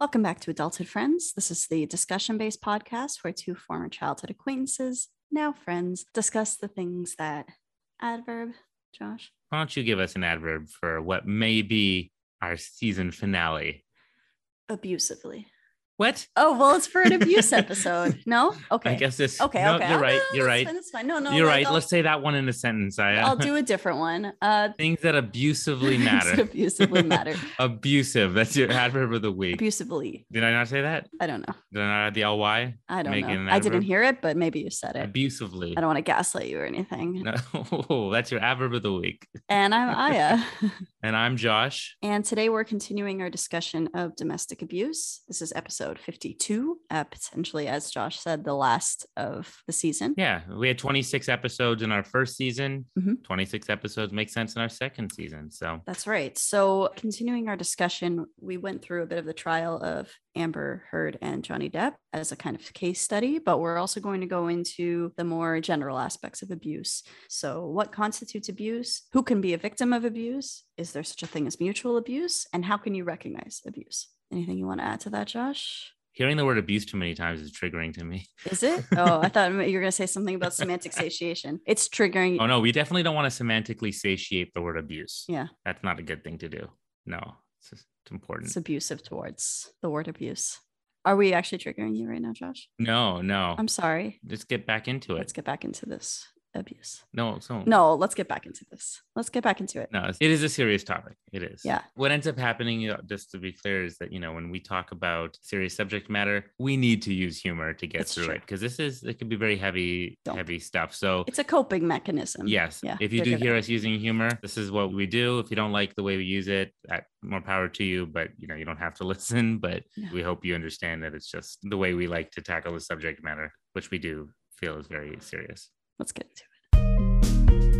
Welcome back to Adulthood Friends. This is the discussion based podcast where two former childhood acquaintances, now friends, discuss the things that adverb, Josh. Why don't you give us an adverb for what may be our season finale? Abusively. What? Oh, well, it's for an abuse episode. No? I Okay. guess this. Okay. no, okay. You're Oh, right. no, no, You're that's right. Fine, that's fine. No, no. you're like, right. I'll, Let's say that one in a sentence. I, I'll do a different one. Uh, things that abusively things matter. abusively matter. Abusive. That's your adverb of the week. Abusively. Did I not say that? I don't know. Did I not add the ly? I don't Make it an know. I didn't adverb. hear it, but maybe you said it. Abusively. I don't want to gaslight you or anything. No, that's your adverb of the week. And I'm Aya. And I'm Josh. And today we're continuing our discussion of domestic abuse. This is episode 52, uh, potentially, as Josh said, the last of the season. Yeah, we had 26 episodes in our first season. Mhm. 26 episodes make sense in our second season. So That's right. So, continuing our discussion, we went through a bit of the trial of Amber Heard and Johnny Depp as a kind of case study, but we're also going to go into the more general aspects of abuse. So, what constitutes abuse? Who can be a victim of abuse? Is there such a thing as mutual abuse? And how can you recognize abuse? Anything you want to add to that, Josh? hearing the word abuse too many times is triggering to me. Is it? Oh, I thought you were going to say something about semantic satiation. It's triggering. Oh no, we definitely don't want to semantically satiate the word abuse. Yeah, That's not a good thing to do. No, it's, just, it's important. it's abusive towards the word abuse. Are we actually triggering you right now, Josh? no, no. I'm sorry. Let's get back into Let's it. get back into this abuse. No, so No, let's get back into this. Let's get back into it. No, it's- it is a serious topic. It is. Yeah. What ends up happening, you know, just to be clear, is that, you know, when we talk about serious subject matter, we need to use humor to get It's through true. it because this is, it could be very heavy, Don't. heavy stuff. So, It's a coping mechanism. yes, Yeah, if you do figure it hear us using humor, this is what we do. If you don't like the way we use it, that, more power to you, but, you know, you don't have to listen. But Yeah. we hope you understand that it's just the way we like to tackle the subject matter, which we do feel is very serious. Let's get into it.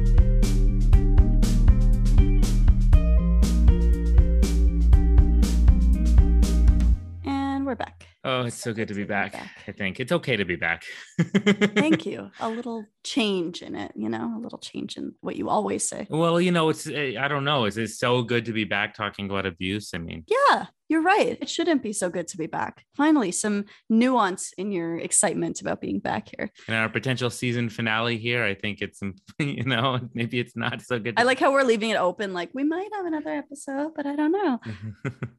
And we're back. Oh, it's so good to be back. I think it's okay to be back. Thank you. A little change in it, you know, a little change in what you always say. Well, you know, it's eh, I don't know. Is it so good to be back talking about abuse? I mean, Yeah, you're right. It shouldn't be so good to be back. Finally, some nuance in your excitement about being back here. in our potential season finale here, I think it's um, you know maybe it's not so good. I like how we're leaving it open. Like, we might have another episode, but I don't know.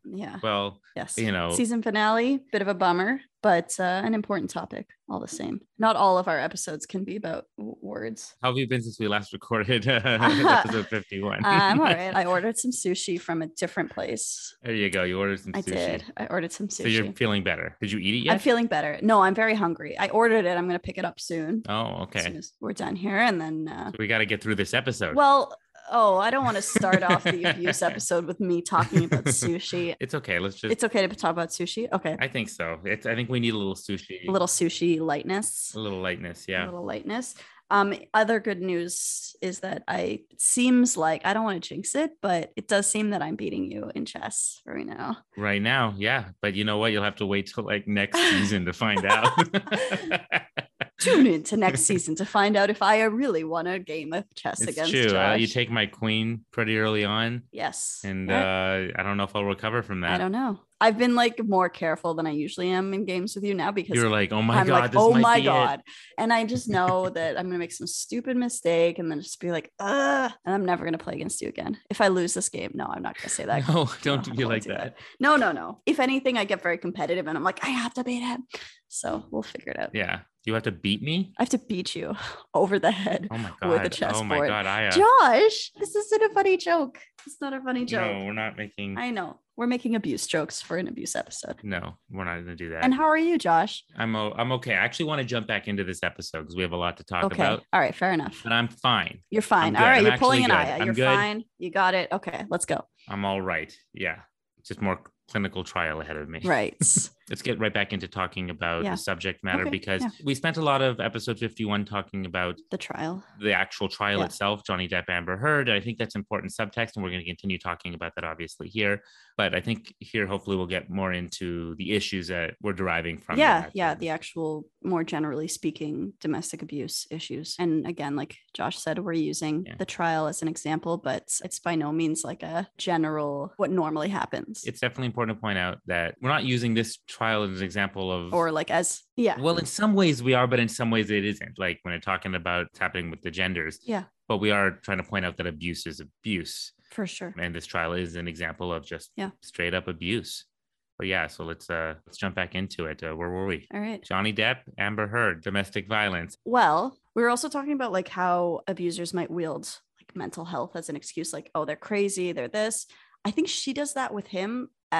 Yeah. well, Yes. you know, Season finale, bit of a bummer, but uh, an important topic all the same. Not all of our episodes can be about w- words. how have you been since we last recorded episode fifty-one? Uh, I'm all right. I ordered some sushi from a different place. there you go. You ordered some I sushi. did. I ordered some So sushi. you're feeling better. Did you eat it I'm yet? feeling better. No, I'm very hungry. I ordered it. I'm going to pick it up soon. oh, As soon okay. as we're done here. And then, uh, So we got to get through this episode. well, oh, I don't want to start off the abuse episode with me talking about sushi. it's okay. Let's just. It's okay to talk about sushi. Okay. I think so. It's. I think we need a little sushi. A little sushi lightness. A little lightness. A Yeah. little lightness. Um, other good news is that I it seems like I don't want to jinx it, but it does seem that I'm beating you in chess right now. Right now, yeah. But you know what? You'll have to wait till like next season to find out. Tune in to next season to find out if I really won a game of chess it's against true. I let you Josh. take my queen pretty early on, yes. and Yeah. uh, I don't know if I'll recover from I that. don't know. I've been like more careful than I usually am in games with you now because You're like, oh my I'm god, like, this oh might my be god, and I just know that I'm gonna make some stupid mistake and then just be like, uh, and I'm never gonna play against you again. If I lose this game, no, I'm not gonna say It. that. No, No, don't I be won't like do that. No, no, no. If anything, I get very competitive and I'm like, I have to beat him. So we'll figure it out. Yeah, you have to beat me. I have to beat you over the head, Oh my god. With a oh my chessboard. god, I. Uh, Josh. This isn't a funny joke. It's not a funny joke. no, we're not making. I know. We're making abuse jokes for an abuse episode. no, we're not gonna do that. And how are you, Josh? I'm. O- I'm okay. I actually want to jump back into this episode because we have a lot to talk Okay. about. All right. Fair enough. But I'm fine. You're fine. I'm All good. right. I'm you're pulling an actually good. eye. I'm You're good. fine. You got it. Okay. Let's go. I'm all right. Yeah, just more clinical trial ahead of me. Right. let's get right back into talking about Yeah. the subject matter Okay, because yeah. we spent a lot of episode 51 talking about the trial. the actual trial Yeah. itself, Johnny Depp, Amber Heard. I think that's important subtext, and we're going to continue talking about that obviously here. But I think here, hopefully, we'll get more into the issues that we're deriving from. yeah that. yeah the actual more generally speaking domestic abuse issues and again like josh said we're using Yeah. the trial as an example but it's by no means like a general what normally happens It's definitely important to point out that we're not using this trial as an example of. or like as yeah well, in some ways we are, but in some ways it isn't. Like when we're talking about what's happening with the genders. Yeah. But we are trying to point out that abuse is abuse. for sure and this trial is an example of just Yeah. straight up abuse. But yeah, so let's uh let's jump back into it. Uh, where were we? all right Johnny Depp, Amber Heard, domestic violence. well we were also talking about like how abusers might wield like mental health as an excuse like oh they're crazy they're this i think she does that with him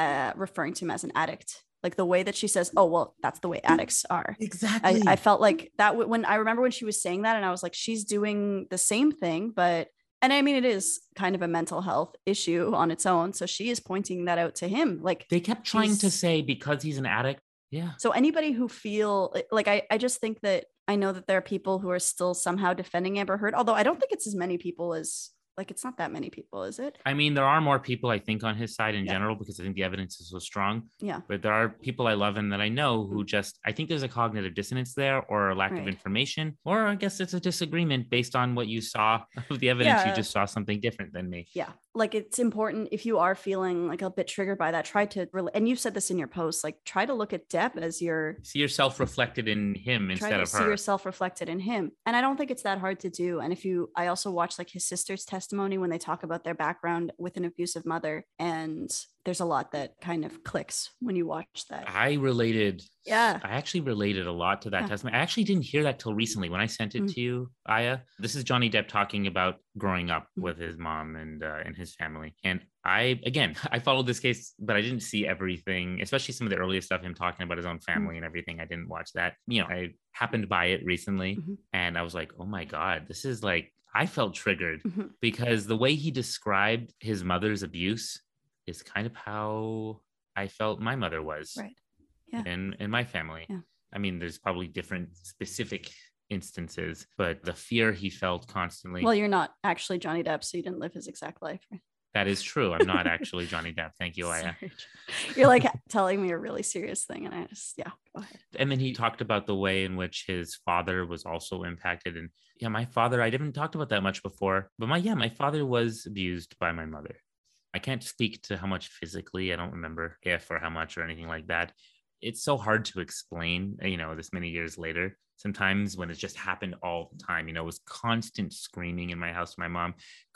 uh referring to him as an addict like the way that she says oh well that's the way addicts are I, Exactly. I felt like that w- when I remember when she was saying that, and I was like, she's doing the same thing, but and I mean, it is kind of a mental health issue on its own. So she is pointing that out to him. Like, They kept trying to He's- say because he's an addict. Yeah. so anybody who feel eh, like I, I just think that I know that there are people who are still somehow defending Amber Heard, although I don't think it's as many people as like it's not that many people, is it? I mean, there are more people I think on his side in Yeah. general because I think the evidence is so strong. Yeah. Mm. But there are people I love and that I know who just I think there's a cognitive dissonance there or a lack of Right. information or I guess it's a disagreement based on what you saw of the evidence. You Yeah. just saw something different than me. yeah like it's important if you are feeling like a bit triggered by that try to rela- and you said this in your post like try to look at depp as your See yourself reflected in him try instead to of see her. yourself reflected in him and i don't think it's that hard to do and if you i also watch like his sister's testimony when they talk about their background with an abusive mother and there's a lot that kind of clicks when you watch that I related. Yeah. I actually related a lot to that Yeah. testimony. I actually didn't hear that till recently when I sent it Mm. to you, Aya. This is Johnny Depp talking about growing up Mhm. with his mom and uh, and his family. And I again, I followed this case, but I didn't see everything, especially some of the earliest stuff him talking about his Mm. own family and everything. I didn't watch that. You know, I happened by it recently, Mhm. and I was like, oh my god, this is like I felt triggered Mhm. because the way he described his mother's abuse is kind of how I felt my mother was Right. Yeah. in in my family. Yeah. I mean, there's probably different specific instances, but the fear he felt constantly. well you're not actually johnny depp so you didn't live his exact life right? that is true. I'm not actually Johnny Depp. Thank you, Aya. Sorry. you're like telling me a really serious thing and i just yeah go ahead And then he talked about the way in which his father was also impacted. And yeah, my father, I didn't talked about that much before, but my yeah, my father was abused by my mother. I can't speak to how much physically. I don't remember if or how much or anything like that. It's so hard to explain, you know, this many years later. Sometimes when it just happened all the time, you know, it was constant screaming in my house, my mom,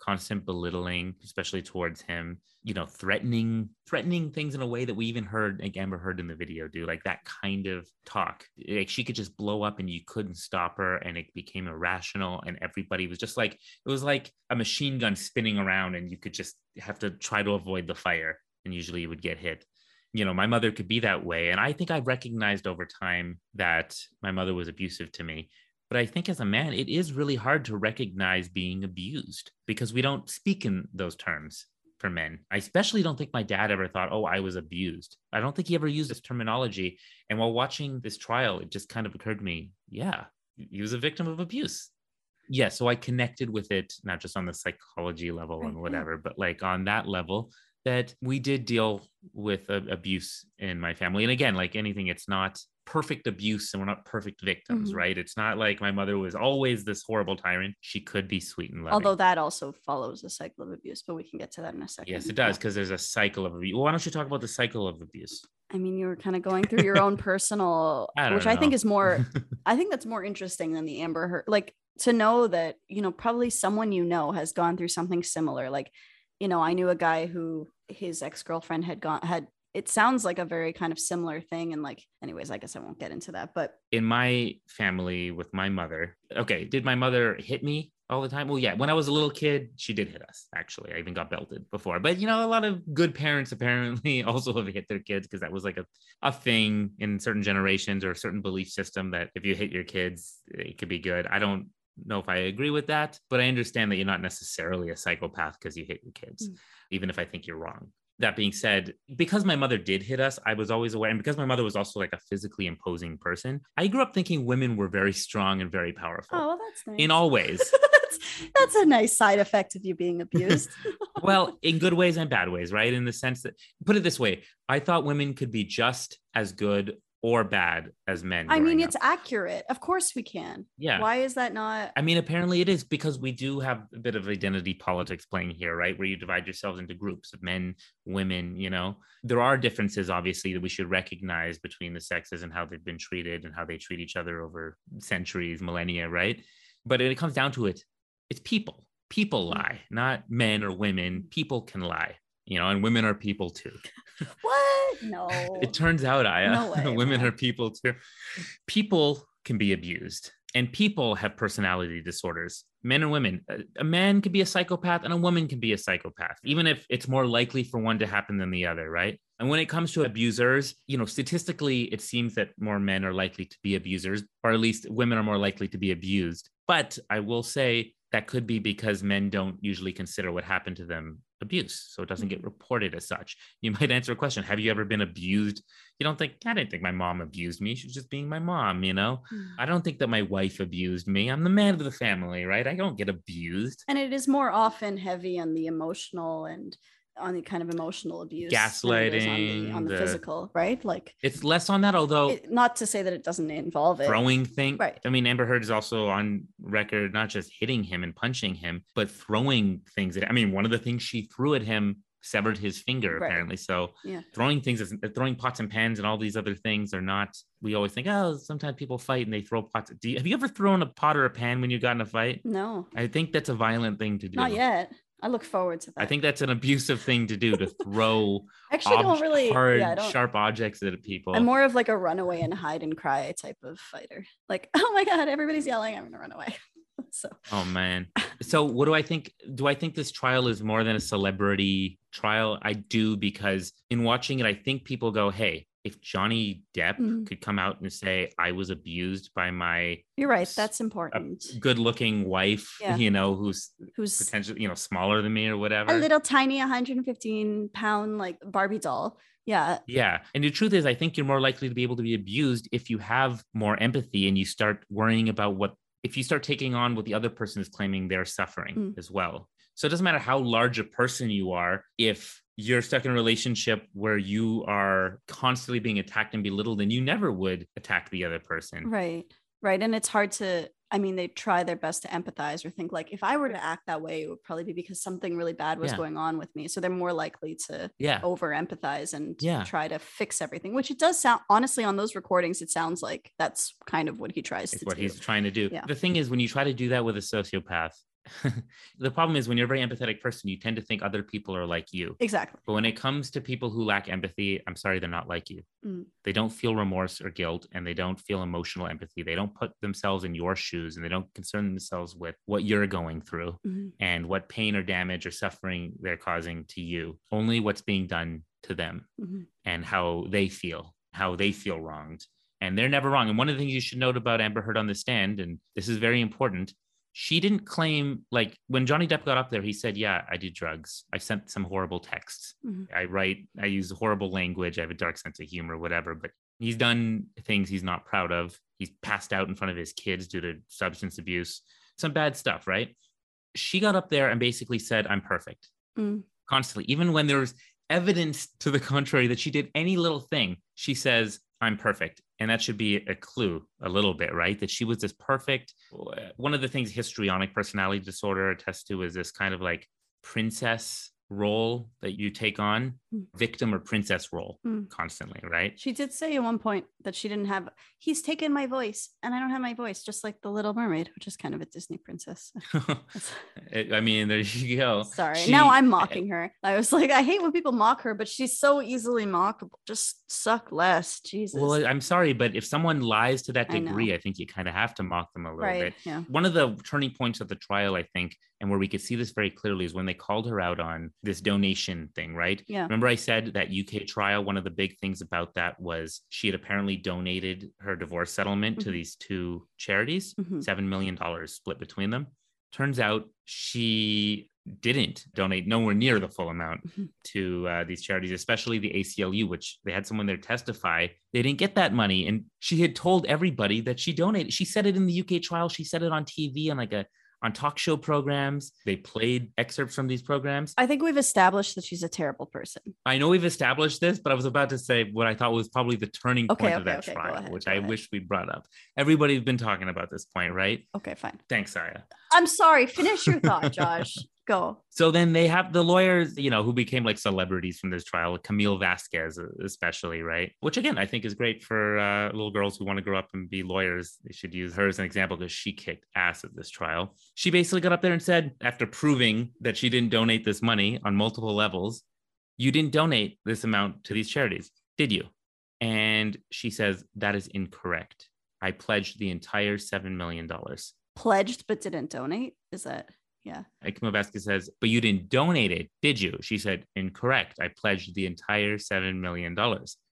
constant belittling, especially towards him, you know, threatening, threatening things in a way that we even heard, like Amber heard in the video, do like that kind of talk. Like she could just blow up and you couldn't stop her and it became irrational. And everybody was just like, it was like a machine gun spinning around and you could just have to try to avoid the fire. And usually you would get hit. You know, my mother could be that way. And I think I recognized over time that my mother was abusive to me. But I think as a man, it is really hard to recognize being abused because we don't speak in those terms for men. I especially don't think my dad ever thought, oh, I was abused. I don't think he ever used this terminology. And while watching this trial, it just kind of occurred to me, yeah, he was a victim of abuse. Yeah. So I connected with it, not just on the psychology level Right, and yeah. whatever, but like on that level, that we did deal with uh, abuse in my family. And again, like anything, it's not perfect abuse and we're not perfect victims, Mhm. right? It's not like my mother was always this horrible tyrant. She could be sweet and loving. although that also follows a cycle of abuse but we can get to that in a second Yes, it Yeah. does, because there's a cycle of abuse. Well, why don't you talk about the cycle of abuse? i mean you were kind of going through your own personal I don't which i think know. is more I think that's more interesting than the Amber Heard. Like to know that, you know, probably someone you know has gone through something similar. Like, you know, I knew a guy who his ex girlfriend had gone, had, it sounds like a very kind of similar thing. And like, anyways, I guess I won't get into that, but in my family with my mother. Okay, did my mother hit me all the time? Well, yeah, when I was a little kid, she did hit us, actually. I even got belted before. But you know, a lot of good parents apparently also have hit their kids because that was like a, a thing in certain generations or a certain belief system that if you hit your kids, it could be good. I don't know if I agree with that, but I understand that you're not necessarily a psychopath because you hit your kids, Mm. even if I think you're wrong. That being said, because my mother did hit us, I was always aware. And because my mother was also like a physically imposing person, I grew up thinking women were very strong and very powerful Oh, well, that's nice. in all ways. that's, that's a nice side effect of you being abused. well, in good ways and bad ways, right? In the sense that, put it this way, I thought women could be just as good or bad as men. I mean, growing it's up. accurate. Of course we can. yeah. Why is that not? I mean, apparently it is because we do have a bit of identity politics playing here, right? Where you divide yourselves into groups of men, women, you know. There are differences, obviously, that we should recognize between the sexes and how they've been treated and how they treat each other over centuries, millennia, right? But when it comes down to it, it's people. People lie, not men or women. People can lie, you know, and women are people too. What? No. It turns out, Aya, No way, women man. are people too. People can be abused, and people have personality disorders. Men and women. A- A man can be a psychopath, and a woman can be a psychopath, even if it's more likely for one to happen than the other, right? And when it comes to abusers, you know, statistically, it seems that more men are likely to be abusers, or at least women are more likely to be abused. But I will say that could be because men don't usually consider what happened to them abuse. So it doesn't get Mm-hmm. reported as such you might answer a question have you ever been abused you don't think i didn't think my mom abused me she's just being my mom you know i don't think that my wife abused me i'm the man of the family right i don't get abused and it is more often heavy on the emotional and on the kind of emotional abuse than it is on the, Gaslighting, on the, the- physical right like it's less on that although it, not to say that it doesn't involve it throwing thing Right. i mean amber heard is also on record not just hitting him and punching him but throwing things at i mean one of the things she threw at him severed his finger Right. apparently so Yeah. throwing things is uh, throwing pots and pans and all these other things are not we always think oh sometimes people fight and they throw pots do you, have you ever thrown a pot or a pan when you got in a fight no i think that's a violent thing to do not yet i look forward to that i think that's an abusive thing to do to throw I actually ob- don't really hard yeah, I don't, sharp objects at people i'm more of like a runaway and hide and cry type of fighter like oh my god everybody's yelling i'm gonna run away so Oh man. So what do I think? Do I think this trial is more than a celebrity trial? I do because in watching it, I think people go, hey, if Johnny Depp Mhm. could come out and say, I was abused by my you're right S- uh, that's important good looking wife, Yeah. you know, who's who's potentially, you know, smaller than me or whatever. a little tiny 115 pound like barbie doll yeah Yeah. And the truth is, I think you're more likely to be able to be abused if you have more empathy and you start worrying about what, if you start taking on what the other person is claiming they're suffering Mm. as well. So it doesn't matter how large a person you are, if you're stuck in a relationship where you are constantly being attacked and belittled, then you never would attack the other person. Right. Right. And it's hard to, I mean, they try their best to empathize or think like, if I were to act that way, it would probably be because something really bad was Yeah. going on with me. So they're more likely to Yeah. over empathize and Yeah. try to fix everything, which it does sound, honestly, on those recordings, it sounds like that's kind of what he tries It's to what do. he's trying to do. Yeah. The thing is, when you try to do that with a sociopath, the problem is when you're a very empathetic person, you tend to think other people are like you. exactly. But when it comes to people who lack empathy, I'm sorry, they're not like you. Mm. They don't feel remorse or guilt, and they don't feel emotional empathy. They don't put themselves in your shoes, and they don't concern themselves with what you're going through Mhm. and what pain or damage or suffering they're causing to you. Only what's being done to them Mhm. and how they feel, how they feel wronged. And they're never wrong. And one of the things you should note about Amber Heard on the stand, and this is very important, she didn't claim, like when Johnny Depp got up there, he said, Yeah, I do drugs. I sent some horrible texts. Mhm. I write, I use horrible language. I have a dark sense of humor, whatever. But he's done things he's not proud of. He's passed out in front of his kids due to substance abuse, some bad stuff, right? She got up there and basically said, I'm perfect Mm. constantly, even when there's evidence to the contrary that she did any little thing, she says, I'm perfect. And that should be a clue, a little bit, right? That she was this perfect. One of the things histrionic personality disorder attests to is this kind of like princess role that you take on, Mm. victim or princess role Mm. constantly, right? She did say at one point that she didn't have, he's taken my voice and I don't have my voice, just like the Little Mermaid, which is kind of a Disney princess. I mean, there you go. Sorry. She- eh, now I'm mocking her. I was like, I hate when people mock her, but she's so easily mockable. Just suck less. Jesus. Well, I'm sorry, but if someone lies to that I know. degree, I, think you kind of have to mock them a little right. bit. Yeah. one of the turning points of the trial, I think, and where we could see this very clearly is when they called her out on this donation thing, right? Yeah. Remember, I said that UK trial, one of the big things about that was she had apparently donated her divorce settlement to Mhm. these two charities, Mhm. $7 million split between them. Turns out she didn't donate nowhere near the full amount Mhm. to uh, these charities, especially the ACLU, which they had someone there testify. They didn't get that money. And she had told everybody that she donated. She said it in the UK trial. She said it on TV and like a on talk show programs. They played excerpts from these programs. I think we've established that she's a terrible person. I know we've established this, but I was about to say what I thought was probably the turning Okay, point of okay, that okay, go trial, ahead, which go I ahead. wish we brought up. Everybody's been talking about this point, right? Okay, fine. Thanks, Saya. I'm sorry. Finish your thought, Josh. Go. So then they have the lawyers, you know, who became like celebrities from this trial, Camille Vasquez uh, especially, right? Which again, I think is great for uh, little girls who want to grow up and be lawyers. They should use her as an example because she kicked ass at this trial. She basically got up there and said, after proving that she didn't donate this money on multiple levels, you didn't donate this amount to these charities, did you? And she says that is incorrect. I pledged the entire seven million dollars. Pledged but didn't donate. Is that yeah? Akima Vasquez says, but you didn't donate it, did you? She said, incorrect. I pledged the entire $7 million.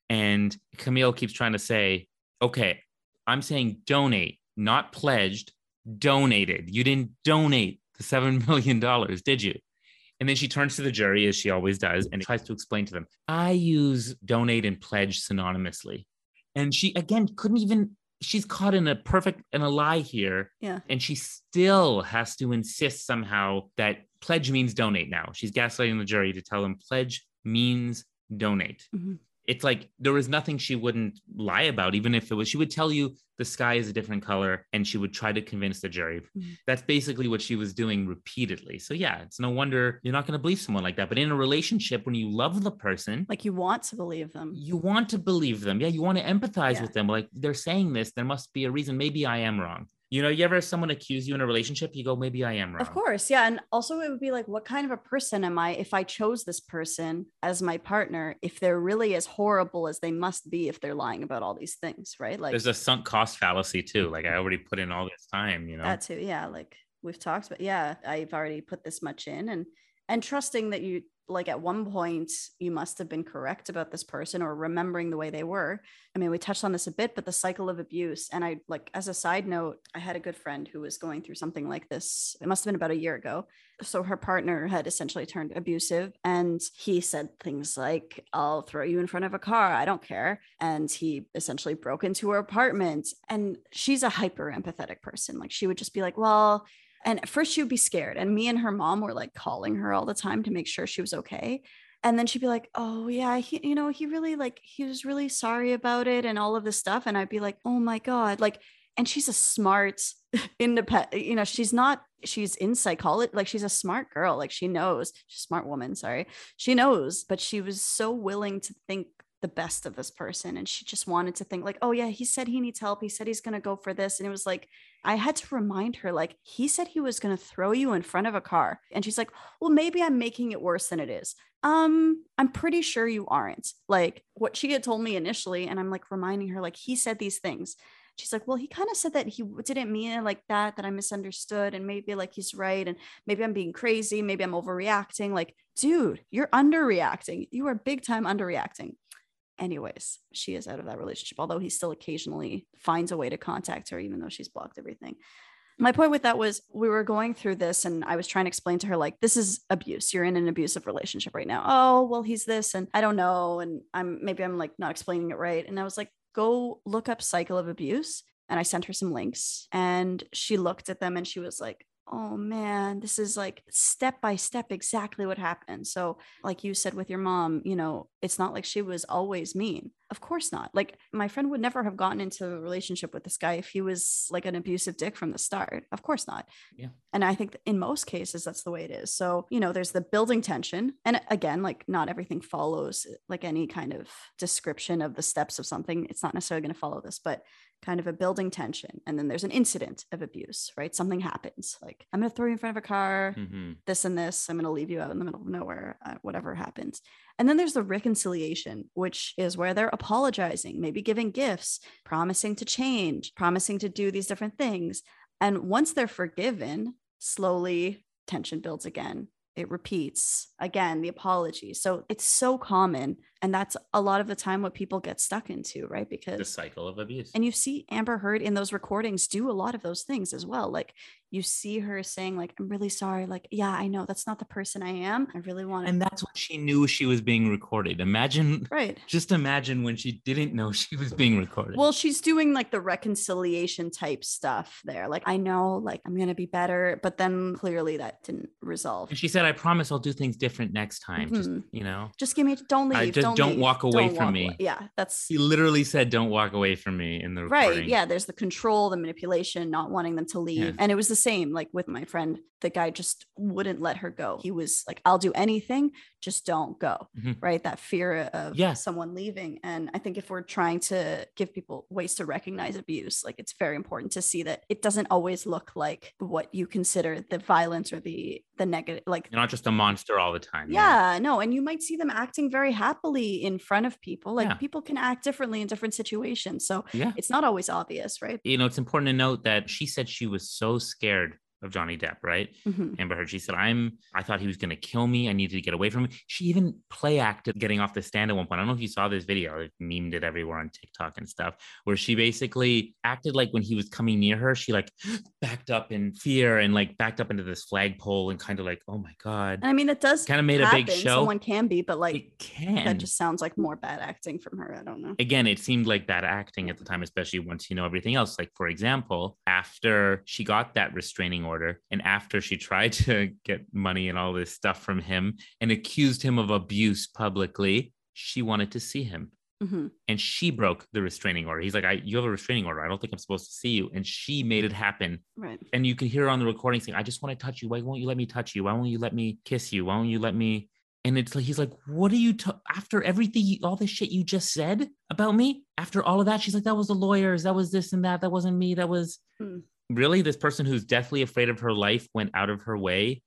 And Camille keeps trying to say, okay, I'm saying donate, not pledged, donated. You didn't donate the $7 million, did you? And then she turns to the jury, as she always does, and tries to explain to them, I use donate and pledge synonymously. And she, again, couldn't even, she's caught in a perfect, in a lie here Yeah. and she still has to insist somehow that pledge means donate now. She's gaslighting the jury to tell them pledge means donate. Mhm. It's like there was nothing she wouldn't lie about, even if it was, she would tell you the sky is a different color and she would try to convince the jury. Mhm. That's basically what she was doing repeatedly. So, yeah, it's no wonder you're not going to believe someone like that. But in a relationship, when you love the person, Like you want to believe them. you want to believe them. Yeah, you want to empathize Yeah. with them. Like they're saying this, there must be a reason. Maybe I am wrong. You know, you ever have someone accuse you in a relationship, you go, maybe I am wrong. Of course. Yeah. And also, it would be like, what kind of a person am I if I chose this person as my partner if they're really as horrible as they must be if they're lying about all these things, right? Like, There's a sunk cost fallacy too. Like I already put in all this time, you know. that too. Yeah. Like we've talked about, yeah, I've already put this much in and, and trusting that you, like at one point, you must have been correct about this person or remembering the way they were. I mean, we touched on this a bit, but the cycle of abuse. And I, like, as a side note, I had a good friend who was going through something like this. It must have been about a year ago. so her partner had essentially turned abusive and he said things like i'll throw you in front of a car i don't care and he essentially broke into her apartment and she's a hyper empathetic person like she would just be like well and at first she would be scared and me and her mom were like calling her all the time to make sure she was okay and then she'd be like oh yeah he, you know he really like he was really sorry about it and all of this stuff and i'd be like oh my god like and she's a smart independent you know she's not she's in psychology like she's a smart girl like she knows she's a smart woman sorry she knows but she was so willing to think the best of this person and she just wanted to think like oh yeah he said he needs help he said he's going to go for this and it was like i had to remind her like he said he was going to throw you in front of a car and she's like well maybe i'm making it worse than it is um i'm pretty sure you aren't like what she had told me initially and i'm like reminding her like he said these things she's like, well, he kind of said that he w- didn't mean it like that, that I misunderstood, and maybe like he's right, and maybe I'm being crazy, maybe I'm overreacting. Like, dude, you're underreacting. You are big time underreacting. Anyways, she is out of that relationship, although he still occasionally finds a way to contact her, even though she's blocked everything. My point with that was we were going through this, and I was trying to explain to her, like, this is abuse. You're in an abusive relationship right now. Oh, well, he's this, and I don't know. And I'm maybe I'm like not explaining it right. And I was like, go look up cycle of abuse. And I sent her some links, and she looked at them and she was like, oh man, this is like step by step exactly what happened. So, like you said with your mom, you know, it's not like she was always mean. Of course not. Like, my friend would never have gotten into a relationship with this guy if he was like an abusive dick from the start. Of course not. And I think in most cases, that's the way it is. So, you know, there's the building tension. And again, like not everything follows uh, like any kind of description of the steps of something. It's not necessarily going to follow this, but kind of a building tension. And then there's an incident of abuse, right? Something happens. Like, I'm going to throw you in front of a car hmm this and this. I'm going to leave you out in the middle of nowhere, uh, whatever happens. And then there's the reconciliation, which is where they're apologizing, maybe giving gifts, promising to change, promising to do these different things. And once they're forgiven, slowly tension builds again. It repeats again the apology. So it's so common. And that's a lot of the time what people get stuck into, right? Because the cycle of abuse. and you see Amber Heard in those recordings do a lot of those things as well. Like you see her saying, like, I'm really sorry. Like, yeah, I know that's not the person I am. I really want to. and that's when she knew she was being recorded. Imagine, right. just imagine when she didn't know she was being recorded. Well, she's doing like the reconciliation type stuff there. Like, I know, like, I'm going to be better. But then clearly that didn't resolve. and she said, "I promise I'll do things different next time." Just Mhm. you know, Just give me, don't leave. I just don't leave, walk away don't from walk me. Yeah. That's he literally said, "Don't walk away from me." In the recording. Right. Yeah. There's the control, the manipulation, not wanting them to leave. Yeah. And it was the same, like with my friend, the guy just wouldn't let her go. He was like, I'll do anything, just don't go. Mhm. Right. That fear of Yeah. someone leaving. And I think if we're trying to give people ways to recognize abuse, like it's very important to see that it doesn't always look like what you consider the violence or the the negative like You're not just a monster all the time. you know? yeah, no, and you might see them acting very happily in front of people. Like Yeah. people can act differently in different situations. So Yeah. it's not always obvious, right? You know, it's important to note that she said she was so scared of Johnny Depp, right? Mhm. Amber Heard. She said, "I'm. I thought he was going to kill me. I needed to get away from him." She even play acted getting off the stand at one point. I don't know if you saw this video. It memed it everywhere on TikTok and stuff, where she basically acted like when he was coming near her, she like backed up in fear and like backed up into this flagpole and kind of like, "Oh my god!" And I mean, it does Kind of made happen. a big show. Someone can be, but like it can. that just sounds like more bad acting from her. I don't know. again, it seemed like bad acting at the time, especially once you know everything else. Like, for example, after she got that restraining order and after she tried to get money and all this stuff from him and accused him of abuse publicly, she wanted to see him. Mhm. And she broke the restraining order. He's like, I, You have a restraining order. I don't think I'm supposed to see you. And she made it happen. Right. And you can hear her on the recording saying, I just want to touch you. Why won't you let me touch you? Why won't you let me kiss you? Why won't you let me? And it's like, he's like, What are you, ta- after everything, you, all this shit you just said about me? After all of that, she's like, That was the lawyers. That was this and that. That wasn't me. That was Hmm. really this person who's deathly afraid of her life went out of her way.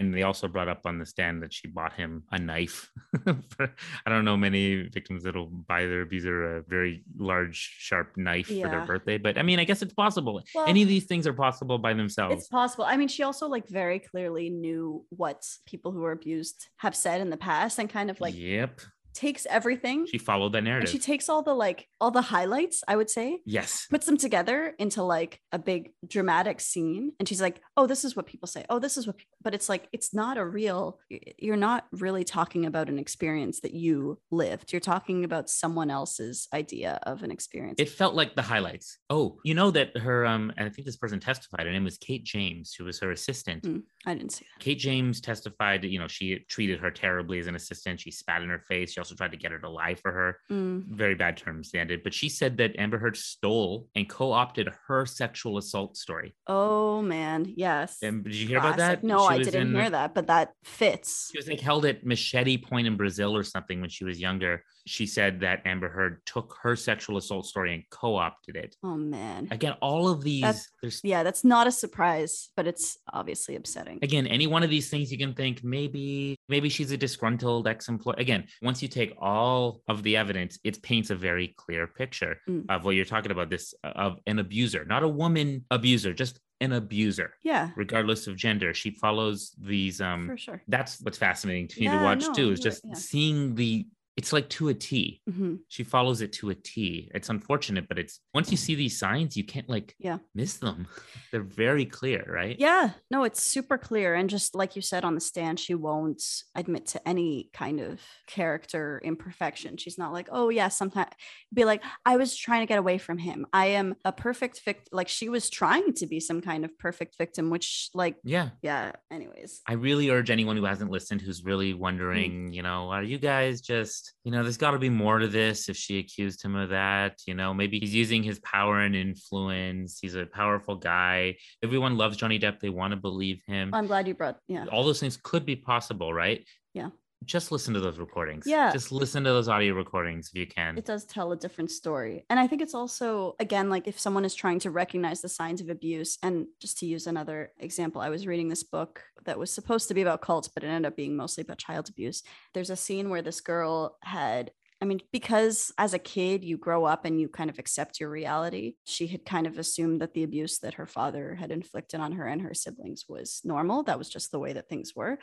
And they also brought up on the stand that she bought him a knife. For, I don't know many victims that'll buy their abuser a very large, sharp knife for Yeah. their birthday. But I mean, I guess it's possible Well, any of Oh. these things are possible by it's themselves. possible. I mean, she also like very clearly knew what people who were abused have said in the past and kind of like yep, takes everything. she followed that and narrative. she takes all the like all the highlights, I would say, yes, puts them together into like a big dramatic scene and she's like oh this is what people say oh this is what people but it's like it's not a real y- you're not really talking about an experience that you lived you're talking about someone else's idea of an experience it felt like the highlights. Oh, you know that her um, and I think this person testified. Her name was Kate James, who was her assistant. Mm. i didn't see Kate James testified. that, You know, she treated her terribly as an assistant. She spat in her face. She also tried to get her to lie for her. that Mm, Very bad terms they ended. But she said that Amber Heard stole and co-opted her sexual assault story. oh man yes And did you hear about Classic. that? no She i was didn't in, hear that but that fits She was like held at machete point in Brazil or something when she was younger. She said that Amber Heard took her sexual assault story and co-opted it. oh man Again, all of these, That's- there's yeah that's not a surprise but it's obviously upsetting again, any one of these things you can think maybe, maybe she's a disgruntled ex-employee. Again, once you take all of the evidence, it paints a very clear picture Mm. of what you're talking about. This uh, of an abuser, not a woman abuser, just an abuser, yeah regardless of gender. She follows these um for sure that's what's fascinating to me Yeah, to watch no, too is you're right, just yeah. seeing the it's like to a T. Mhm. She follows it to a T. It's unfortunate, but it's once you see these signs, you can't like Yeah. miss them. They're very clear, right? Yeah, no, it's super clear. And just like you said on the stand, she won't admit to any kind of character imperfection. She's not like, oh, yeah, sometimes be like, I was trying to get away from him. I am a perfect victim. Like she was trying to be some kind of perfect victim, which, like, Yeah. yeah, anyways. I really urge anyone who hasn't listened who's really Mm. wondering, you know, are you guys just, you know, there's got to be more to this if she accused him of that, you know, maybe he's using his power and influence. He's a powerful guy. Everyone loves Johnny Depp. They want to believe him. I'm glad you brought, yeah. all those things could be possible, right? Yeah. Just listen to those recordings. Yeah. Just listen to those audio recordings if you can. It does tell a different story. And I think it's also, again, like if someone is trying to recognize the signs of abuse, and just to use another example, I was reading this book that was supposed to be about cults, but it ended up being mostly about child abuse. There's a scene where this girl had. I mean, because as a kid, you grow up and you kind of accept your reality. She had kind of assumed that the abuse that her father had inflicted on her and her siblings was normal. That was just the way that things were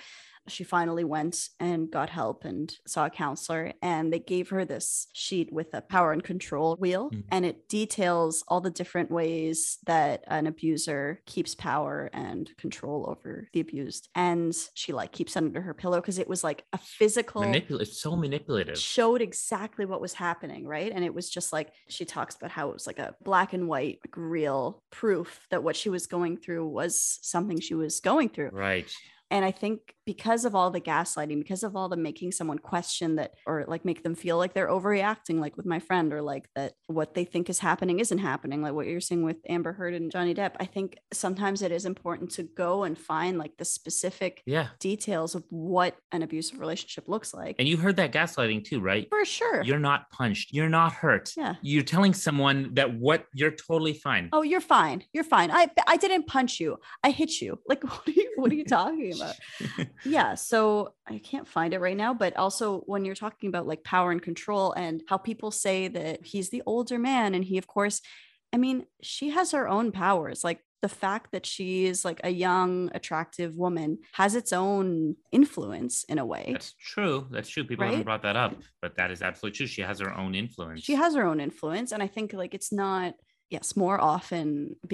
she finally went and got help and saw a counselor and they gave her this sheet with a power and control wheel Mhm. and it details all the different ways that an abuser keeps power and control over the abused and she like keeps it under her pillow because it was like a physical Manipul- it's so manipulative. showed exactly what was happening, right? And it was just like she talks about how it was like a black and white, like real proof that what she was going through was something she was going through. Right. And I think because of all the gaslighting, because of all the making someone question that or like make them feel like they're overreacting, like with my friend, or like that what they think is happening isn't happening, like what you're seeing with Amber Heard and Johnny Depp, I think sometimes it is important to go and find like the specific Yeah. details of what an abusive relationship looks like. And you heard that gaslighting too, right? for sure. You're not punched. You're not hurt. yeah. You're telling someone that what you're totally fine. Oh, you're fine. You're fine. I I didn't punch you. I hit you. Like what are you what are you talking about? Yeah, so I can't find it right now, but also when you're talking about like power and control and how people say that he's the older man and he of course I mean, she has her own powers. Like the fact that she is like a young attractive woman has its own influence in a way. That's true. That's true. People haven't Right? brought that up, but that is absolutely true. She has her own influence. she has her own influence and i think like it's not yes more often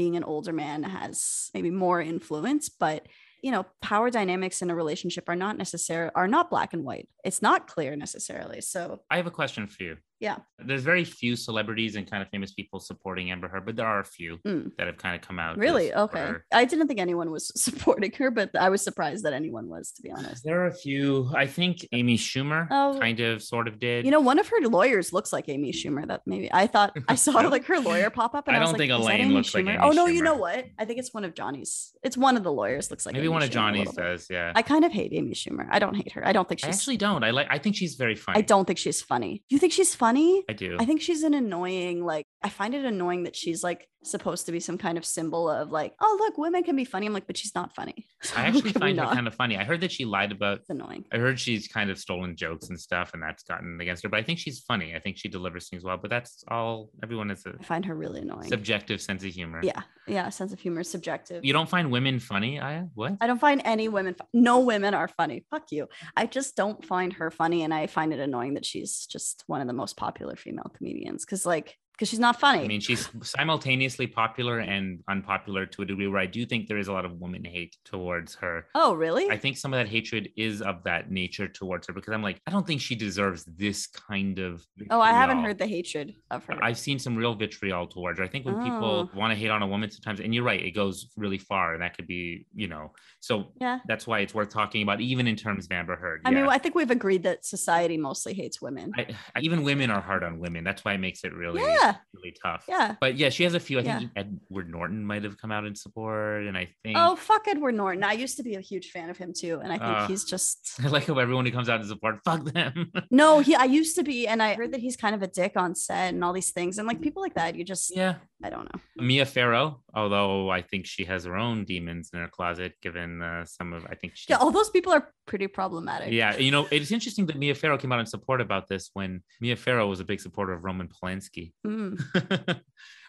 being an older man has maybe more influence but you know power dynamics in a relationship are not necessary are not black and white it's not clear necessarily so I have a question for you. Yeah. There's very few celebrities and kind of famous people supporting Amber Heard, but there are a few Mm. that have kind of come out. to really support okay her. i didn't think anyone was supporting her but i was surprised that anyone was to be honest There are a few. I think Amy Schumer Oh. kind of sort of did. you know one of her lawyers looks like amy schumer that maybe i thought i saw like her lawyer pop up and i, I was don't like think "Is that Elaine Amy looks like Schumer?" Amy oh no you know Schumer. what i think it's one of johnny's it's one of the lawyers looks like maybe Amy one of Schumer a Johnny's little bit. does. Yeah. I, I kind of hate Amy Schumer. I don't hate her. I don't think she's. actually don't. I like. I think she's very funny. I don't think she's funny. You think she's funny? I do. I think she's an annoying. Like I find it annoying that she's like supposed to be some kind of symbol of like, oh look, women can be funny. I'm like, but she's not funny. I actually find her kind of funny. I heard that she lied about. It's annoying. I heard she's kind of stolen jokes and stuff, and that's gotten against her. But I think she's funny. I think she delivers things well. But that's all. Everyone has a I find her really annoying. subjective sense of humor. yeah, yeah. Sense of humor is subjective. You don't find women funny, Aya? What? I don't find any women. fu- no women are funny. Fuck you. I just don't find her funny, and I find it annoying that she's just one of the most popular female comedians. Because like, because she's not funny. I mean, she's simultaneously popular and unpopular to a degree where I do think there is a lot of woman hate towards her. oh really? I think some of that hatred is of that nature towards her because I'm like, I don't think she deserves this kind of. oh, I haven't vitriol. heard the hatred of her. Oh. I've seen some real vitriol towards her. I think when people want to hate on a woman sometimes, and you're right, it goes really far, and that could be, you know, so yeah. that's why it's worth talking about, even in terms of Amber Heard. I mean, yeah. I think we've agreed that society mostly hates women. I, I, even women are hard on women. That's why it makes it really, yeah, really tough. yeah. But yeah, she has a few. I think Edward Norton might have come out in support, and I think Oh fuck Edward Norton. I used to be a huge fan of him too, and I think Uh. he's just I like how everyone who comes out in support, fuck them. no. He I used to be, and I heard that he's kind of a dick on set and all these things, and like people like that, you just yeah, I don't know. Mia Farrow, although I think she has her own demons in her closet, given uh, some of I think she. Yeah, oh all those people are pretty problematic. Yeah, you know, it's interesting that Mia Farrow came out in support about this when Mia Farrow was a big supporter of Roman Polanski. Mm,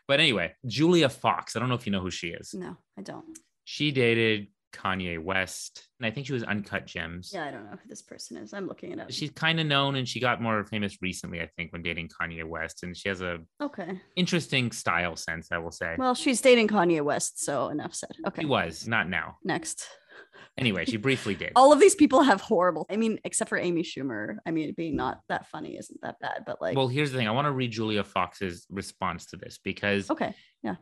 but anyway, Julia Fox, I don't know if you know who she is. no, I don't. She dated Kanye West, and I think she was Uncut Gems. Yeah, I don't know who this person is. I'm looking it up. She's kind of known and she got more famous recently, I think, when dating Kanye West. And she has a okay. interesting style sense, I will say. Well, she's dating Kanye West, so enough said. She Okay, was, not now. next. Anyway, she briefly did. All of these people have horrible. I mean, except for Amy Schumer. I mean, being not that funny isn't that bad, but like, well, here's the thing. I want to read Julia Fox's response to this because okay.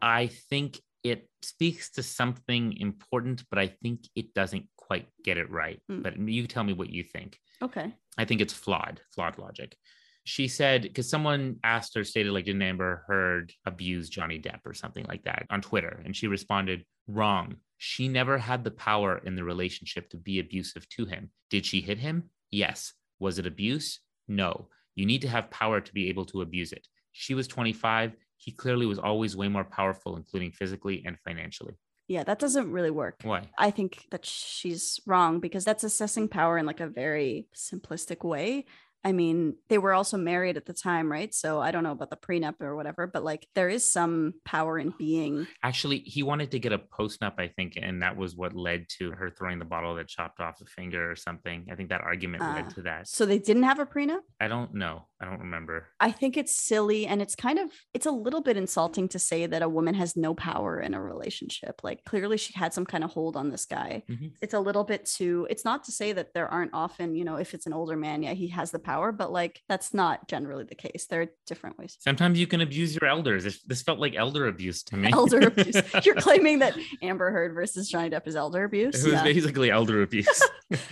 I think it speaks to something important, but I think it doesn't quite get it right. Mm. But you tell me what you think. Okay. I think it's flawed, flawed logic. She said, because someone asked her, stated, like, didn't Amber Heard abuse Johnny Depp or something like that on Twitter? And she responded, wrong. She never had the power in the relationship to be abusive to him. Did she hit him? Yes. Was it abuse? No. You need to have power to be able to abuse it. She was 25. He clearly was always way more powerful, including physically and financially. Yeah, that doesn't really work. Why? I think that she's wrong because that's assessing power in like a very simplistic way. I mean, they were also married at the time, right? So I don't know about the prenup or whatever, but like there is some power in being. Actually, he wanted to get a postnup, I think, and that was what led to her throwing the bottle that chopped off the finger or something. I think that argument Ah. led to that. So they didn't have a prenup? I don't know. I don't remember. I think it's silly and it's kind of it's a little bit insulting to say that a woman has no power in a relationship. Like clearly she had some kind of hold on this guy. Mhm. It's a little bit too it's not to say that there aren't often, you know, if it's an older man, yeah, he has the power, but like that's not generally the case. There are different ways. Sometimes you can abuse your elders. This- This felt like elder abuse to me. Elder abuse. You're claiming that Amber Heard versus Johnny Depp is elder It abuse. was Yeah. basically elder abuse.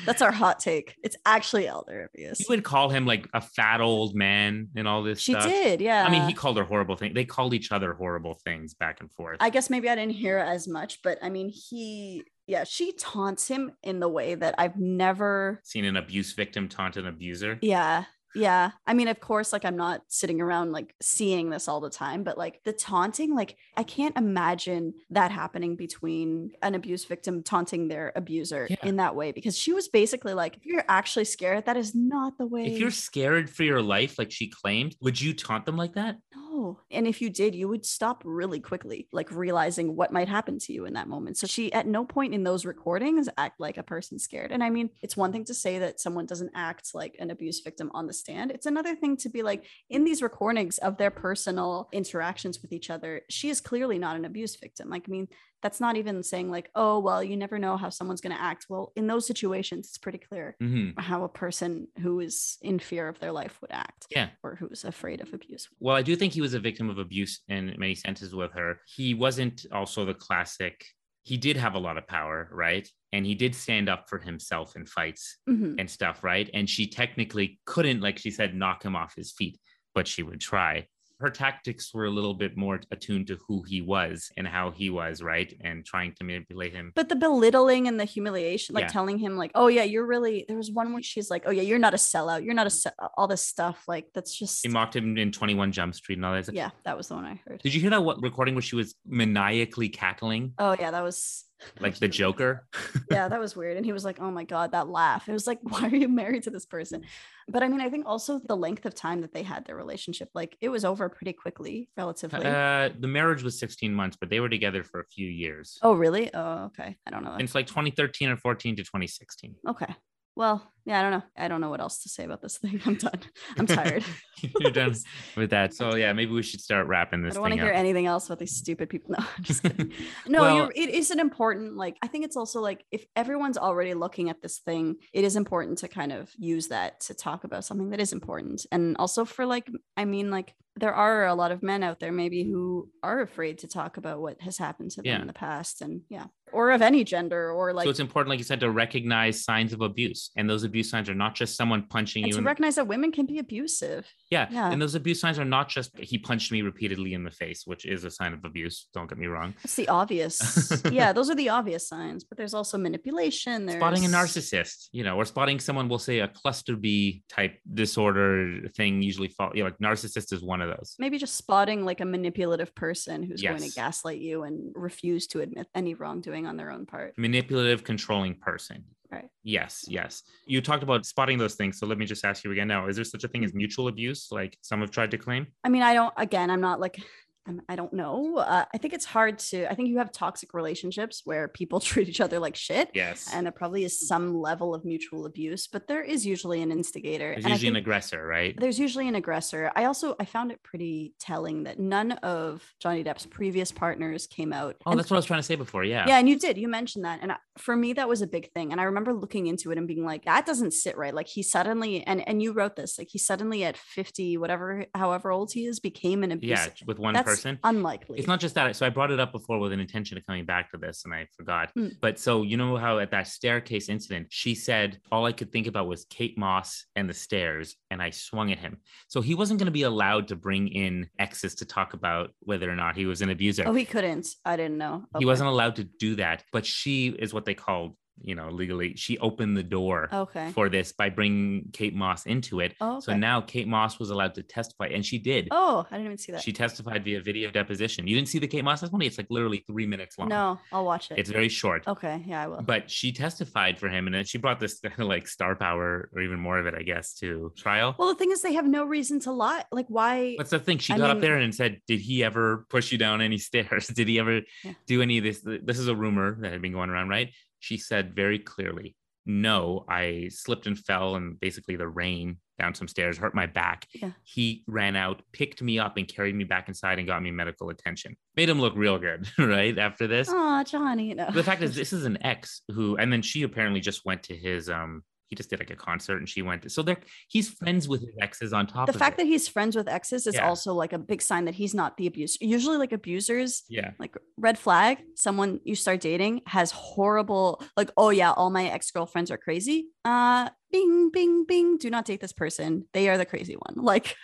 That's our hot take. It's actually elder abuse. you would call him like a fat old man and all this She stuff. did, yeah. I mean, he called her horrible things. They called each other horrible things back and forth. I guess maybe I didn't hear as much, but I mean, he, yeah, she taunts him in the way that I've never, Seen an abuse victim taunt an abuser. yeah, yeah. I mean, of course, like I'm not sitting around like seeing this all the time, but like the taunting, like I can't imagine that happening between an abuse victim taunting their abuser Yeah. in that way because she was basically like, if you're actually scared, that is not the way. If you're scared for your life, like she claimed, would you taunt them like that? No. And if you did, you would stop really quickly, like realizing what might happen to you in that moment. So she, at no point in those recordings, act like a person scared. And I mean, it's one thing to say that someone doesn't act like an abuse victim on the stand. It's another thing to be like in these recordings of their personal interactions with each other. She is clearly not an abuse victim. Like, I mean, that's not even saying like, oh, well, you never know how someone's going to act. Well, in those situations, it's pretty clear hmm how a person who is in fear of their life would act Yeah. or who's afraid of abuse. Well, I do think he was a victim of abuse in many senses with her. He wasn't also the classic. He did have a lot of power, right? And he did stand up for himself in fights Mhm. and stuff, right? And she technically couldn't, like she said, knock him off his feet, but she would try. Her tactics were a little bit more attuned to who he was and how he was, right? And trying to manipulate him. But the belittling and the humiliation, like Yeah. telling him, like, oh yeah, you're really. There was one where she's like, oh yeah, you're not a sellout. You're not a se-, all this stuff. Like that's just He mocked him in 21 Jump Street and all that. stuff. yeah. That was the one I heard. Did you hear that what recording where she was maniacally cackling Oh yeah, that was like the Joker? yeah, that was weird. And he was like, oh my God, that laugh. It was like, why are you married to this person? But I mean, I think also the length of time that they had their relationship, like it was over pretty quickly, relatively. Uh, the marriage was 16 months, but they were together for a few years. oh, really? Oh, okay. I don't know. And it's like 2013 or 14 to 2016. okay. Well, yeah, I don't know. I don't know what else to say about this thing. I'm done. I'm tired. You're done with that. So yeah, maybe we should start wrapping I this don't want to thing hear up. anything else about these stupid people. No, I'm just kidding. No, Well- you're, it is an important, like, I think it's also like if everyone's already looking at this thing, it is important to kind of use that to talk about something that is important. And also for like, I mean, like, there are a lot of men out there maybe who are afraid to talk about what has happened to them Yeah. in the past and yeah, or of any gender or like, so it's important, like you said, to recognize signs of abuse, and those abuse signs are not just someone punching and you. to in- recognize that women can be abusive. yeah. yeah. and those abuse signs are not just he punched me repeatedly in the face, which is a sign of abuse. Don't get me wrong. That's the obvious. yeah, those are the obvious signs, but there's also manipulation. There's spotting a narcissist, you know, or spotting someone, we'll say a cluster B type disorder thing usually fall, you know, like narcissist is one of those. maybe just spotting like a manipulative person who's going Yes. to gaslight you and refuse to admit any wrongdoing on their own part. Manipulative, controlling person. Right. Yes, yes. You talked about spotting those things. So let me just ask you again now is there such a thing Mm-hmm. as mutual abuse, like some have tried to claim? I mean, I don't, again, I'm not like, I'm, I don't know. Uh, I think it's hard to, I think you have toxic relationships where people treat each other like shit. Yes. And there probably is some level of mutual abuse, but there is usually an instigator. There's and I usually an think- aggressor, right? there's usually an aggressor. I also I found it pretty telling that none of Johnny Depp's previous partners came out. Oh, and that's what I was trying to say before. Yeah. Yeah, and you did. You mentioned that. And I- for me, that was a big thing. And I remember looking into it and being like, that doesn't sit right. Like he suddenly, and and you wrote this, like he suddenly at 50, whatever, however old he is, became an abusive. Yeah, with one That's person. unlikely. It's not just that. So I brought it up before with an intention of coming back to this, and I forgot. Mm. But so you know how at that staircase incident, she said all I could think about was Kate Moss and the stairs, and I swung at him. So he wasn't going to be allowed to bring in exes to talk about whether or not he was an abuser. Oh, he Oh, couldn't. I didn't know. Okay. He wasn't allowed to do that. But she is what they called you know, legally. She opened the door Okay. for this by bringing Kate Moss into it. Oh, So okay. now Kate Moss was allowed to testify, and she did. oh, I didn't even see that. She testified via video deposition. You didn't see the Kate Moss testimony? It's like literally three minutes long. No, Oh. I'll watch it. it's very short. okay. Yeah, I will. But she testified for him, and then she brought this kind of like star power, or even more of it, I guess, to trial. well, the thing is, they have no reason to lie. Like, why? That's the thing. She I got up mean- there and said, "Did he ever push you down any stairs? Did he ever Yeah. do any of this?" This is a rumor that had been going around, right? She said very clearly, "No, I slipped and fell, and basically the rain down some stairs hurt my back. Yeah. He ran out, picked me up, and carried me back inside and got me medical attention. Made him look real good, right? After this, Oh, Johnny. No. the fact is, this is an ex who, and then she apparently just went to his um." He just did like a concert, and she went. So there, he's friends with his exes on top. the of fact it. that he's friends with exes is Yeah. also like a big sign that he's not the abuser. Usually, like abusers, yeah, like red flag, someone you start dating has horrible, like, oh yeah, all my ex girlfriends are crazy. Uh, bing, bing, bing. Do not date this person. They are the crazy one. Like,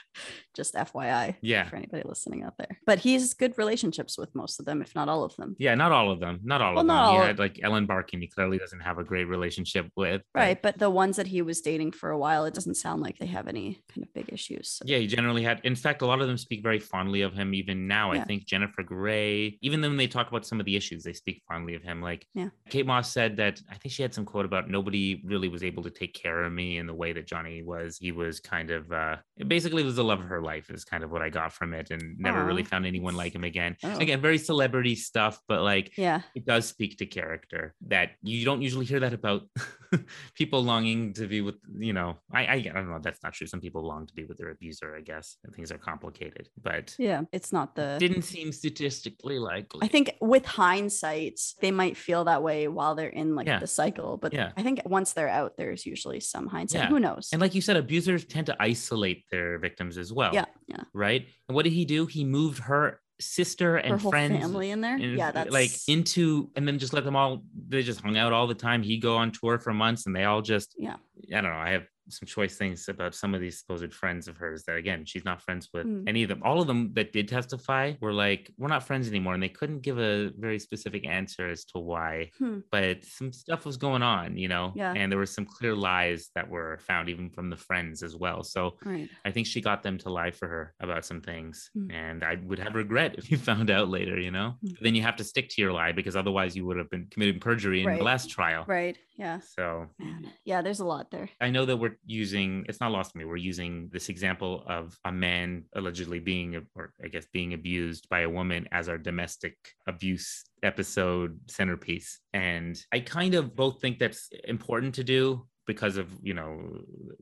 just FYI yeah. for anybody listening out there. But he's good relationships with most of them, if not all of them. Yeah, not all of them. Not all Well, of them. not he all- had like Ellen Barkin. He clearly doesn't have a great relationship with. but- Right. But the ones that he was dating for a while, it doesn't sound like they have any kind of big issues. So- Yeah, he generally had. In fact, a lot of them speak very fondly of him. Even now, I Yeah. think Jennifer Grey. Even then, when they talk about some of the issues, they speak fondly of him. Like Yeah. Kate Moss said that I think she had some quote about nobody really was able to take care of me in the way that Johnny was. He was kind of uh, basically was the love of her life. Is kind of what I got from it, and never Aw, really found anyone that's- like him again. Oh. Again, very celebrity stuff, but like Yeah. it does speak to character that you don't usually hear that about people longing to be with you know I, I I don't know that's not true some people long to be with their abuser I guess and things are complicated but Yeah. It's not the. didn't seem statistically likely I think with hindsight, they might feel that way while they're in like Yeah. the cycle. But Yeah. I think once they're out, there's usually some hindsight. Yeah. Who knows? and like oh, you said abusers tend to isolate their victims as well yeah. Yeah. right and what did he do he moved her sister Her and whole friends family in there. and eh, yeah. That's like into and then just let them all they just hung out all the time he go on tour for months and they all just Yeah. i don't know i have some choice things about some of these supposed friends of hers that again she's not friends with Mm. any of them all of them that did testify were like we're not friends anymore and they couldn't give a very specific answer as to why Hmm. but some stuff was going on you know Yeah. and there were some clear lies that were found even from the friends as well so right. I think she got them to lie for her about some things. Mm. And I would have regret if you found out later, you know? Mm. Then you have to stick to your lie because otherwise you would have been committing perjury in Right. the last trial. Right. Yeah. So Man. Yeah. There's a lot there. I know that we're using, it's not lost to me, we're using this example of a man allegedly being, or I guess being abused by a woman as our domestic abuse episode centerpiece. And I kind of both think that's important to do because of you know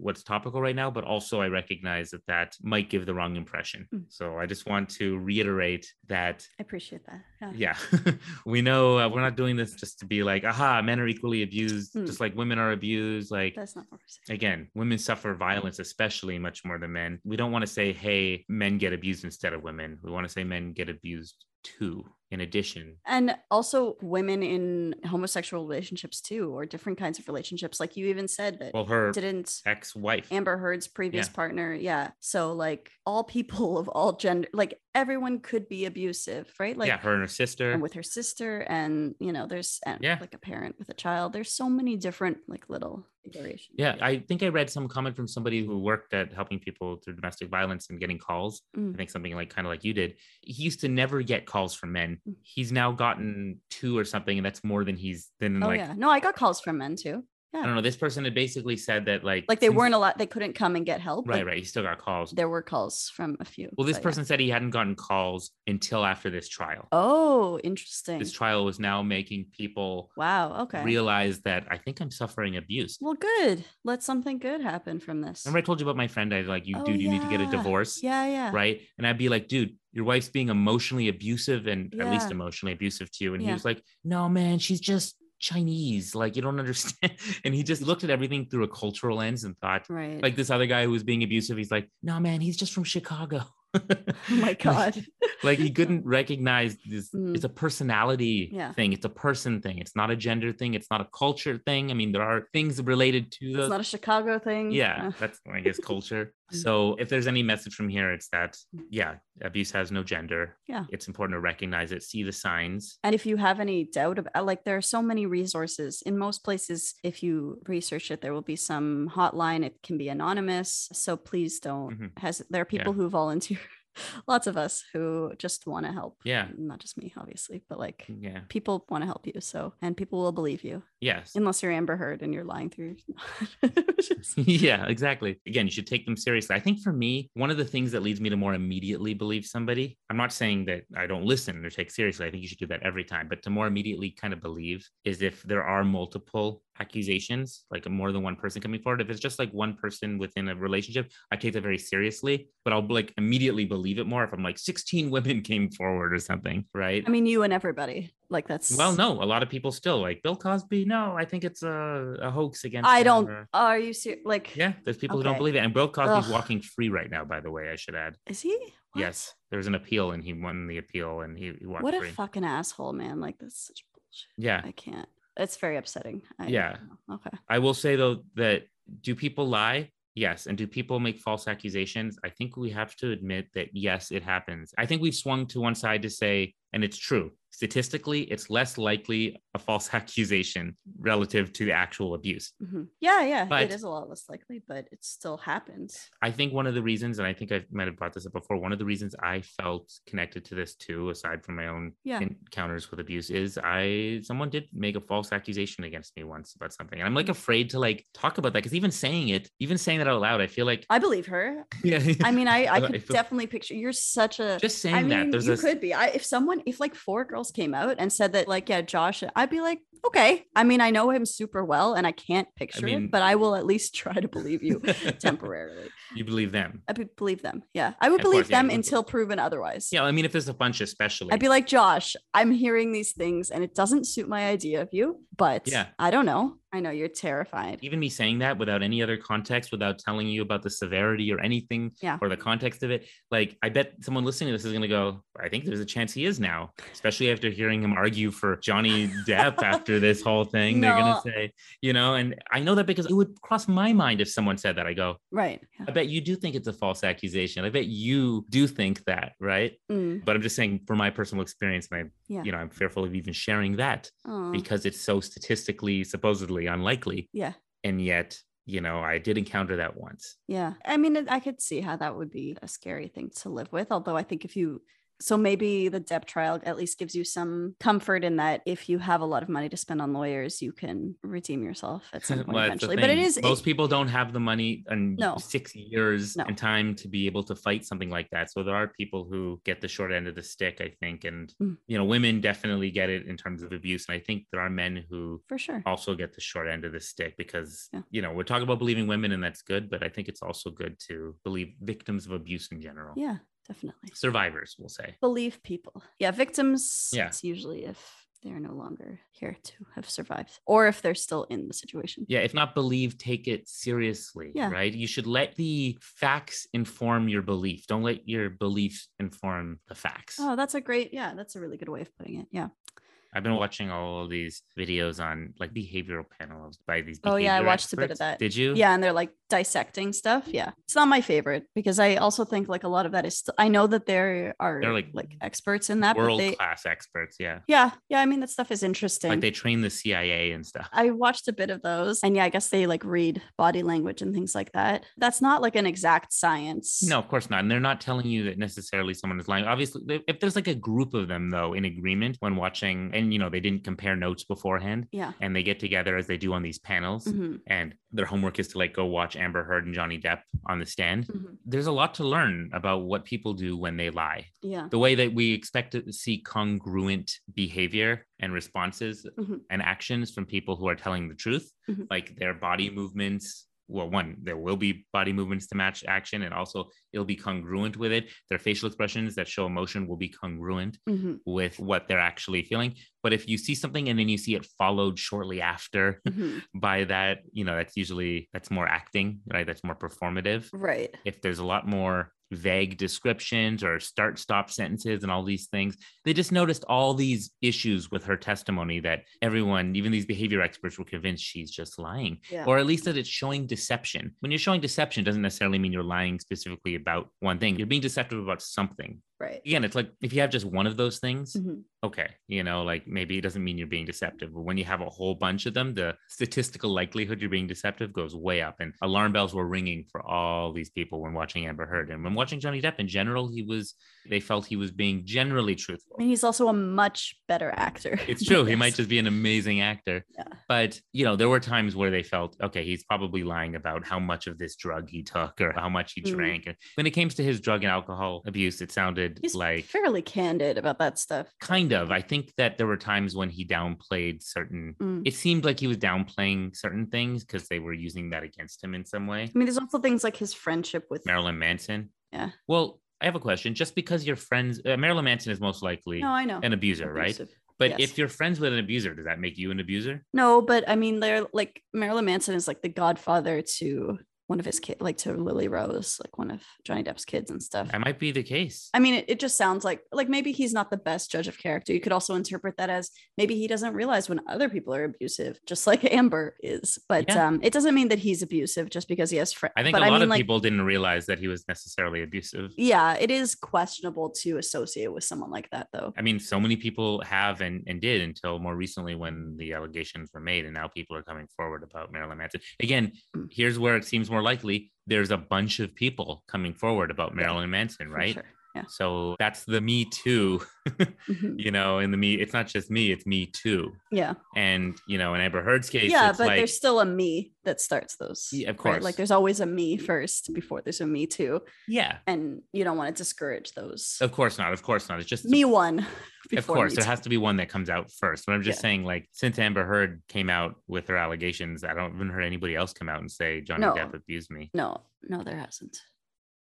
what's topical right now but also i recognize that that might give the wrong impression Mm. so i just want to reiterate that I appreciate that. Yeah. yeah we know uh, we're not doing this just to be like aha men are equally abused Mm. just like women are abused like That's not what we're saying. again, women suffer violence, especially much more than men. We don't want to say, hey, men get abused instead of women. We want to say men get abused too, in addition. And also women in homosexual relationships too, or different kinds of relationships. Like you even said that Well, her didn't ex wife. Amber Heard's previous Yeah. partner. Yeah. So like all people of all gender, like everyone could be abusive, right? Like yeah, her and her sister. and with her sister and you know there's and Yeah. like a parent with a child there's so many different like little iterations yeah, I think I read some comment from somebody who worked at helping people through domestic violence and getting calls. I Mm. think something like kind of like you did. He used to never get calls from men. Mm. He's now gotten two or something, and that's more than he's than oh like yeah no i got calls from men too I don't know. This person had basically said that like like they since- weren't allowed they couldn't come and get help but right, right. He still got calls. there were calls from a few Well, this so yeah. person said he hadn't gotten calls until after this trial. oh interesting This trial was now making people wow okay realize that I think I'm suffering abuse. well good let something good happen from this Remember, I told you about my friend. I was like, you, Oh, dude, you need to get a yeah. divorce, yeah yeah right? And I'd be like, dude, your wife's being emotionally abusive and at least Yeah. emotionally abusive to you. And he Yeah. was like, no, man, she's just Chinese. Like, you don't understand. and he just looked at everything through a cultural lens and thought, right like this other guy who was being abusive, he's like, no, man, he's just from Chicago. oh my god like he couldn't recognize this Mm. it's a personality Yeah. thing it's a person thing it's not a gender thing it's not a culture thing i mean there are things related to It's the not a Chicago thing. yeah Uh, that's i guess culture Mm. so if there's any message from here it's that yeah abuse has no gender Yeah. it's important to recognize it see the signs And if you have any doubt about, like, there are so many resources in most places. If you research it, there will be some hotline. It can be anonymous, so please don't. Mhm. Has there are people who volunteer, lots of us who just want to help. Yeah. not just me, obviously, but like yeah people want to help you. So and people will believe you yes unless you're Amber Heard and you're lying through. your- Just- yeah, exactly. Again, you should take them seriously. I think for me, one of the things that leads me to more immediately believe somebody, I'm not saying that I don't listen or take seriously. I think you should do that every time, but to more immediately kind of believe is if there are multiple accusations, like more than one person coming forward. If it's just like one person within a relationship, I take that very seriously, but I'll like immediately believe it more if I'm like 16 women came forward or something, right? I mean, you and everybody. Like that's well, no, a lot of people still like Bill Cosby. No, I think it's a, a hoax against. I him," don't. or- Are you serious? Like, yeah, there's people who don't Okay. believe it. And Bill Cosby's Ugh. walking free right now, by the way, I should add. is he? What? Yes, there was an appeal and he won the appeal and he, he walked What a free. fucking asshole, man! Like that's such bullshit. yeah. I can't. It's very upsetting. I, Yeah. Okay. I will say though that do people lie? Yes. And do people make false accusations? I think we have to admit that yes, it happens. I think we've swung to one side to say, and it's true. Statistically, it's less likely a false accusation relative to the actual abuse. Mhm. Yeah, yeah. But- it is a lot less likely, but it still happens. I think one of the reasons, and I think I might have brought this up before, one of the reasons I felt connected to this too, aside from my own Yeah. encounters with abuse, is I someone did make a false accusation against me once about something, and I'm like afraid to like talk about that because even saying it, even saying that out loud, I feel like I believe her. yeah, I mean, I, I I could feel- definitely picture you're such a just saying I that mean, there's you a could be. I if someone if like four girls came out and said that like yeah, Josh, I'd be like, okay. I mean, I know him super well and I can't picture mean- it, but I will at least try to believe you temporarily. you believe them. I would believe them. Yeah. I would Of believe course, yeah, them you would- until proven otherwise. Yeah, I mean, if there's a bunch, especially, I'd be like, Josh, I'm hearing these things and it doesn't suit my idea of you, but Yeah. I don't know. I know you're terrified. even me saying that without any other context, without telling you about the severity or anything Yeah. or the context of it, like I bet someone listening to this is going to go, I think there's a chance he is now, especially after hearing him argue for Johnny Depp after this whole thing. They're going No. to say, you know, and I know that because it would cross my mind if someone said that. I go, Right. Yeah. I bet you do think it's a false accusation. I bet you do think that, right? Mm. But I'm just saying, for my personal experience, and I, Yeah. Mm. you know, I'm fearful of even sharing that Aw. because it's so statistically supposedly unlikely. Yeah. And yet, you know, I did encounter that once. Yeah. I mean, it- I could see how that would be a scary thing to live with. Although I think if you, so maybe the debt trial at least gives you some comfort in that if you have a lot of money to spend on lawyers, you can redeem yourself at some point Well, that's the eventually. But it thing. is, most it- people don't have the money and No. six years No. and time to be able to fight something like that. So there are people who get the short end of the stick, I think. And Mm. you know, women definitely get it in terms of abuse. And I think there are men who for sure. also get the short end of the stick because Yeah. you know, we're talking about believing women and that's good, but I think it's also good to believe victims of abuse in general. Yeah, definitely. Survivors, we'll say. Believe people. Yeah. Victims, Yeah. it's usually if they're no longer here to have survived or if they're still in the situation. Yeah, if not believe, take it seriously, Yeah. right? You should let the facts inform your belief. Don't let your beliefs inform the facts. Oh, that's a great, yeah, that's a really good way of putting it. Yeah. I've been watching all of these videos on like behavioral panels by these. Oh, yeah, I behavior watched a bit of that. Did you? yeah and they're like dissecting stuff yeah it's not my favorite because i also think like a lot of that is st- i know that there are They're, like, like, experts in that but World they class experts. Yeah. yeah yeah i mean that stuff is interesting Like they train the CIA and stuff. i watched a bit of those and yeah i guess they like read body language and things like that that's not like an exact science No, of course not. And they're not telling you that necessarily someone is lying. Obviously, they- if there's like a group of them though in agreement when watching, and you know, they didn't compare notes beforehand yeah and they get together as they do on these panels. Mhm, and their homework is to like go watch Amber Heard and Johnny Depp on the stand. mhm. There's a lot to learn about what people do when they lie. yeah The way that we expect to see congruent behavior and responses Mhm. and actions from people who are telling the truth, Mhm. like their body movements. Well, one, there will be body movements to match action, and also it'll be congruent with it. Their facial expressions that show emotion will be congruent mhm, with what they're actually feeling. But if you see something and then you see it followed shortly after, mhm. by that you know that's usually that's more acting right that's more performative right if there's a lot more vague descriptions or start stop sentences and all these things. They just noticed all these issues with her testimony that everyone, even these behavior experts, were convinced she's just lying, Yeah. or at least that it's showing deception. When you're showing deception, it doesn't necessarily mean you're lying specifically about one thing, you're being deceptive about something. Right. Again, it's like if you have just one of those things, Mhm. okay, you know, like maybe it doesn't mean you're being deceptive, but when you have a whole bunch of them, the statistical likelihood you're being deceptive goes way up. And alarm bells were ringing for all these people when watching Amber Heard. And when watching Johnny Depp in general, he was, they felt he was being generally truthful. I mean, he's also a much better actor. It's true. He Yes. might just be an amazing actor. Yeah. But, you know, there were times where they felt, okay, he's probably lying about how much of this drug he took or how much he Mm. drank. And When it came to his drug and alcohol abuse, it sounded He's like fairly candid about that stuff. kind of. I think that there were times when he downplayed certain, Mm. it seemed like he was downplaying certain things because they were using that against him in some way. I mean, there's also things like his friendship with Marilyn Manson. Yeah. Well, I have a question. Just because your friends, uh, Marilyn Manson is most likely No, I know. an abuser, right? Abusive. But yes. if you're friends with an abuser, does that make you an abuser? No, but I mean, they're like Marilyn Manson is like the godfather to one of his kids, like to Lily Rose, like one of Johnny Depp's kids and stuff. That might be the case. I mean, it, it just sounds like like maybe he's not the best judge of character. You could also interpret that as maybe he doesn't realize when other people are abusive, just like Amber is. But Yeah. um, it doesn't mean that he's abusive just because he has friends. I think but a lot mean, of like, people didn't realize that he was necessarily abusive. Yeah, it is questionable to associate with someone like that, though. I mean, so many people have and, and did until more recently when the allegations were made, and now people are coming forward about Marilyn Manson. Again, Mm. here's where it seems more likely there's a bunch of people coming forward about Marilyn Manson, for right? sure. Yeah. So that's the Me Too, Mhm. you know, and the Me, it's not just me, it's Me Too. Yeah. And, you know, in Amber Heard's case, yeah, it's but like, there's still a me that starts those. Yeah, of Like course. there's always a me first before there's a me too. yeah, And you don't want to discourage those. of course not. Of course not. It's just Me one. of before course Me there Too. has to be one that comes out first but i'm just Yeah. saying like since amber heard came out with her allegations i don't even heard anybody else come out and say johnny No. depp abused me No, no, there hasn't.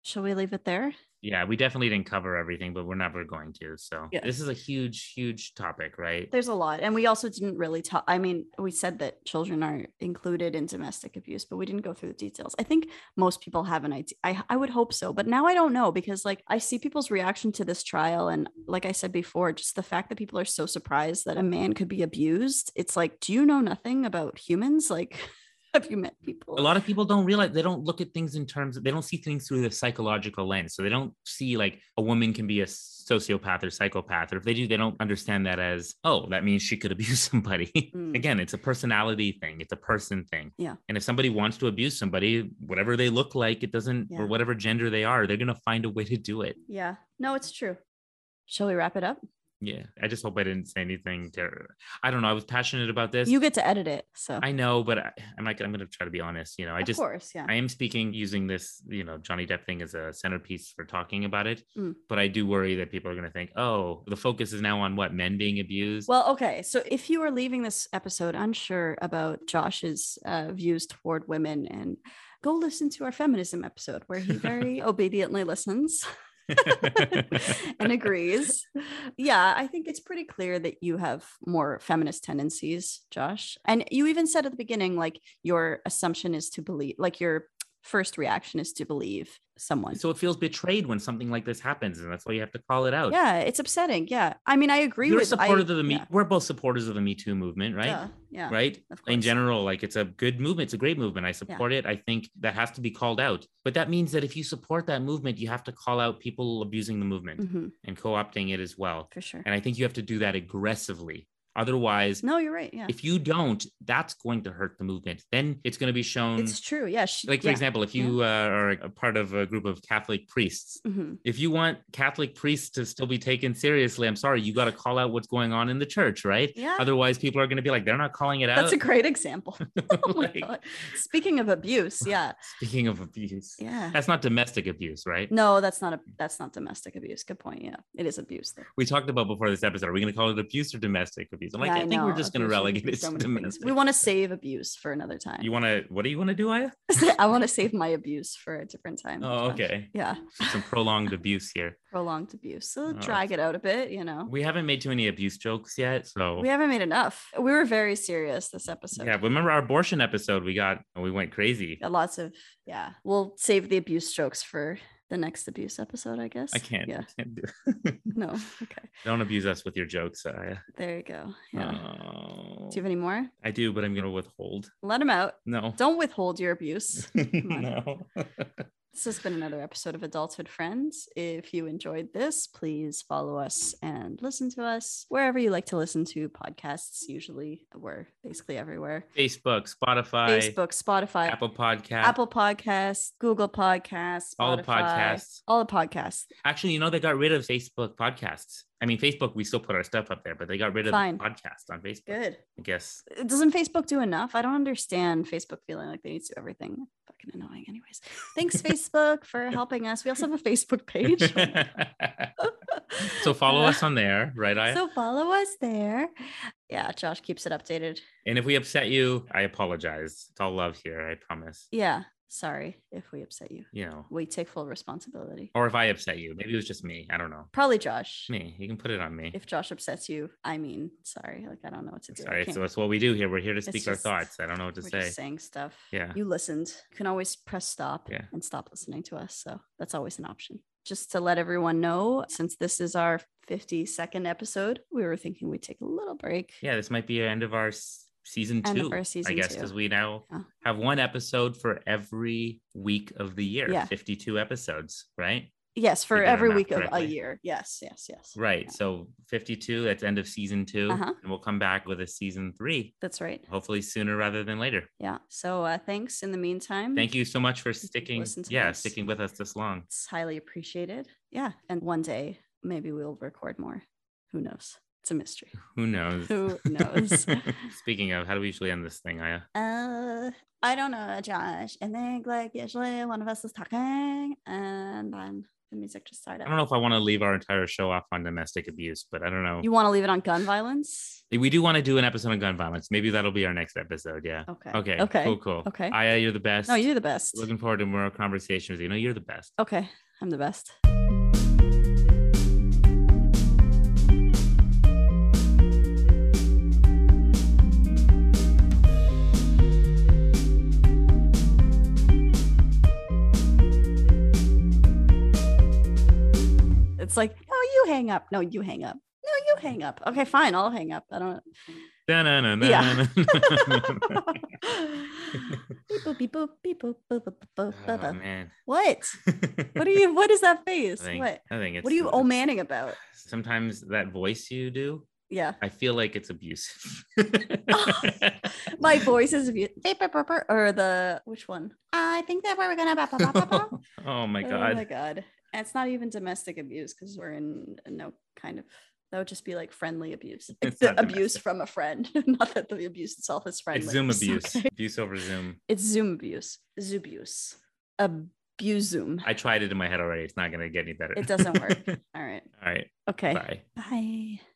Shall we leave it there? yeah we definitely didn't cover everything but we're never going to so Yeah. this is a huge huge topic right There's a lot. And we also didn't really talk. I mean, we said that children are included in domestic abuse, but we didn't go through the details. I think most people have an idea. I, I would hope so. But now I don't know because, like, I see people's reaction to this trial. And, like I said before, just the fact that people are so surprised that a man could be abused. It's like, do you know nothing about humans? Like, have you met people? a lot of people don't realize they don't look at things in terms they don't see things through the psychological lens so they don't see like a woman can be a sociopath or psychopath or if they do they don't understand that as oh that means she could abuse somebody Mm. again it's a personality thing it's a person thing Yeah. and if somebody wants to abuse somebody whatever they look like it doesn't Yeah. or whatever gender they are they're going to find a way to do it yeah. No, it's true. Shall we wrap it up? yeah i just hope i didn't say anything ter- i don't know i was passionate about this You get to edit it. So, i know but I, i'm like i'm going to try to be honest you know i of just course, yeah. I am speaking using this, you know, Johnny Depp thing as a centerpiece for talking about it. Mm. But I do worry that people are going to think, oh, the focus is now on what men being abused. Well, okay. So if you are leaving this episode unsure about Josh's uh, views toward women, and go listen to our feminism episode where he very obediently listens and agrees. Yeah, I think it's pretty clear that you have more feminist tendencies, Josh. And you even said at the beginning, like your assumption is to believe, like your first reaction is to believe someone. so it feels betrayed when something like this happens, and that's why you have to call it out. yeah, it's upsetting. Yeah, I mean, I agree You're a with supporter I, of the Me. yeah, We're both supporters of the Me Too movement, right? duh, yeah, Right. of In course. general, like it's a good movement. It's a great movement. I support it. I think that has to be called out. But that means that if you support that movement, you have to call out people abusing the movement Mhm, and co opting it as well. for sure. And I think you have to do that aggressively. Otherwise, No, you're right. Yeah. if you don't, that's going to hurt the movement. Then it's going to be shown. It's true. Yeah. She, like, for example, if you uh, are a part of a group of Catholic priests, hmm if you want Catholic priests to still be taken seriously, I'm sorry, you got to call out what's going on in the church, right? Yeah. Otherwise, people are going to be like, they're not calling it That's a out. great example. Oh my Like, God. Speaking of abuse, yeah. Speaking of abuse, Yeah. that's not domestic abuse, right? No, that's not a that's not domestic abuse. Good point. Yeah. It is abuse though. We talked about before this episode. Are we going to call it abuse or domestic abuse? I'm like, Yeah, I, think we're know. just going to Abuse can relegate be it so to many things. domestic. We want to save abuse for another time. you want to, what do you want to do, Aya? I want to save my abuse for a different time. Oh, Josh. okay. Yeah. Some prolonged abuse here. Prolonged abuse. So Oh, drag it out a bit, you know. We haven't made too many abuse jokes yet. So We haven't made enough. We were very serious this episode. yeah, remember our abortion episode? We got we went crazy. Yeah, Lots of yeah. We'll save the abuse strokes for the next abuse episode, I guess. I can't. Yeah. I can't do it. No. Okay. Don't abuse us with your jokes, Arya. There you go. Yeah. Oh. Do you have any more? I do, but I'm going to withhold. Let him out. No. Don't withhold your abuse. on. no. This has been another episode of Adulthood Friends. If you enjoyed this, please follow us and listen to us wherever you like to listen to podcasts. Usually, we're basically everywhere Facebook, Spotify, Facebook, Spotify, Apple, Apple Podcast, Podcasts, Google Podcasts, all the Spotify, podcasts. All the podcasts. Actually, you know, they got rid of Facebook podcasts. I mean, Facebook, we still put our stuff up there, but they got rid of Fine. podcasts on Facebook. Good. I guess. Doesn't Facebook do enough? I don't understand Facebook feeling like they need to do everything. Fucking annoying, anyways. Thanks, Facebook, for helping us. We also have a Facebook page. so follow Uh, us on there, right? I So follow us there. Yeah, Josh keeps it updated. and if we upset you, I apologize. It's all love here, I promise. Yeah, sorry if we upset you. You know, We take full responsibility. or if I upset you, maybe it was just me. I don't know. Probably Josh. Me, you can put it on me. If Josh upsets you, I mean, sorry. Like I don't know what to do. I Sorry, can't- so that's what we do here. We're here to speak our just- thoughts. I don't know what to we're say. just saying stuff. Yeah. You listened. You can always press stop Yeah. and stop listening to us. So that's always an option. Just to let everyone know, since this is our 52nd episode, we were thinking we'd take a little break. Yeah, this might be the end of our s- season End two. of our season I guess two. because we now Yeah. have one episode for every week of the year. Yeah. Fifty-two episodes, right? Yes, for did our every math week of a correctly. year. Yes, yes, yes. Right. Yeah. So fifty-two. That's end of season 2 Uh-huh. and we'll come back with a season three, That's right. hopefully sooner rather than later. Yeah. So uh, thanks in the meantime. Thank you so much for you sticking. listened to Yeah, us. sticking with us this long. It's highly appreciated. Yeah. And one day, maybe we'll record more. Who knows? It's a mystery. Who knows? Who knows? Speaking of, how do we usually end this thing, Aya? uh, I don't know, Josh. I think, like, usually one of us is talking and then the music just started. I don't know if I want to leave our entire show off on domestic abuse, but I don't know. Eh, You want to leave it on gun violence? we do want to do an episode on gun violence. Maybe that'll be our next episode. Yeah. Okay. Okay. Okay. Cool. Cool. Okay. Aya, you're the best. No, Oh. you're the best. Looking forward to more conversations with you. No, you're the best. Okay. I'm the best. It's like, no, you hang up. No, you hang up. No, you hang up. Okay, fine. I'll hang up. I don't. Da-na-na-na-na-na. beep boop, beep boop, beep boop, boop, boop, boop, boop, oh, boop. man. What? What are you? What is that I face? think, What? I think it's What are you old manning about? Sometimes that voice you do, Yeah. I feel like it's abusive. Oh. My voice is abu- beep, beep, beep, beep, or the which one? I think that we're gonna. Bah, bah, bah, bah, bah. oh my Oh my god. god! And it's not even domestic abuse because we're in no kind of. That would just be like friendly abuse. It's It's the not abuse domestic. from a friend. not that the abuse itself is friendly. It's Zoom abuse. okay. Abuse over Zoom. It's Zoom abuse. Zubuse. Abuse Zoom. I tried it in my head already. It's not going to get any better. It doesn't work. All All right. right. Okay. Bye. Bye.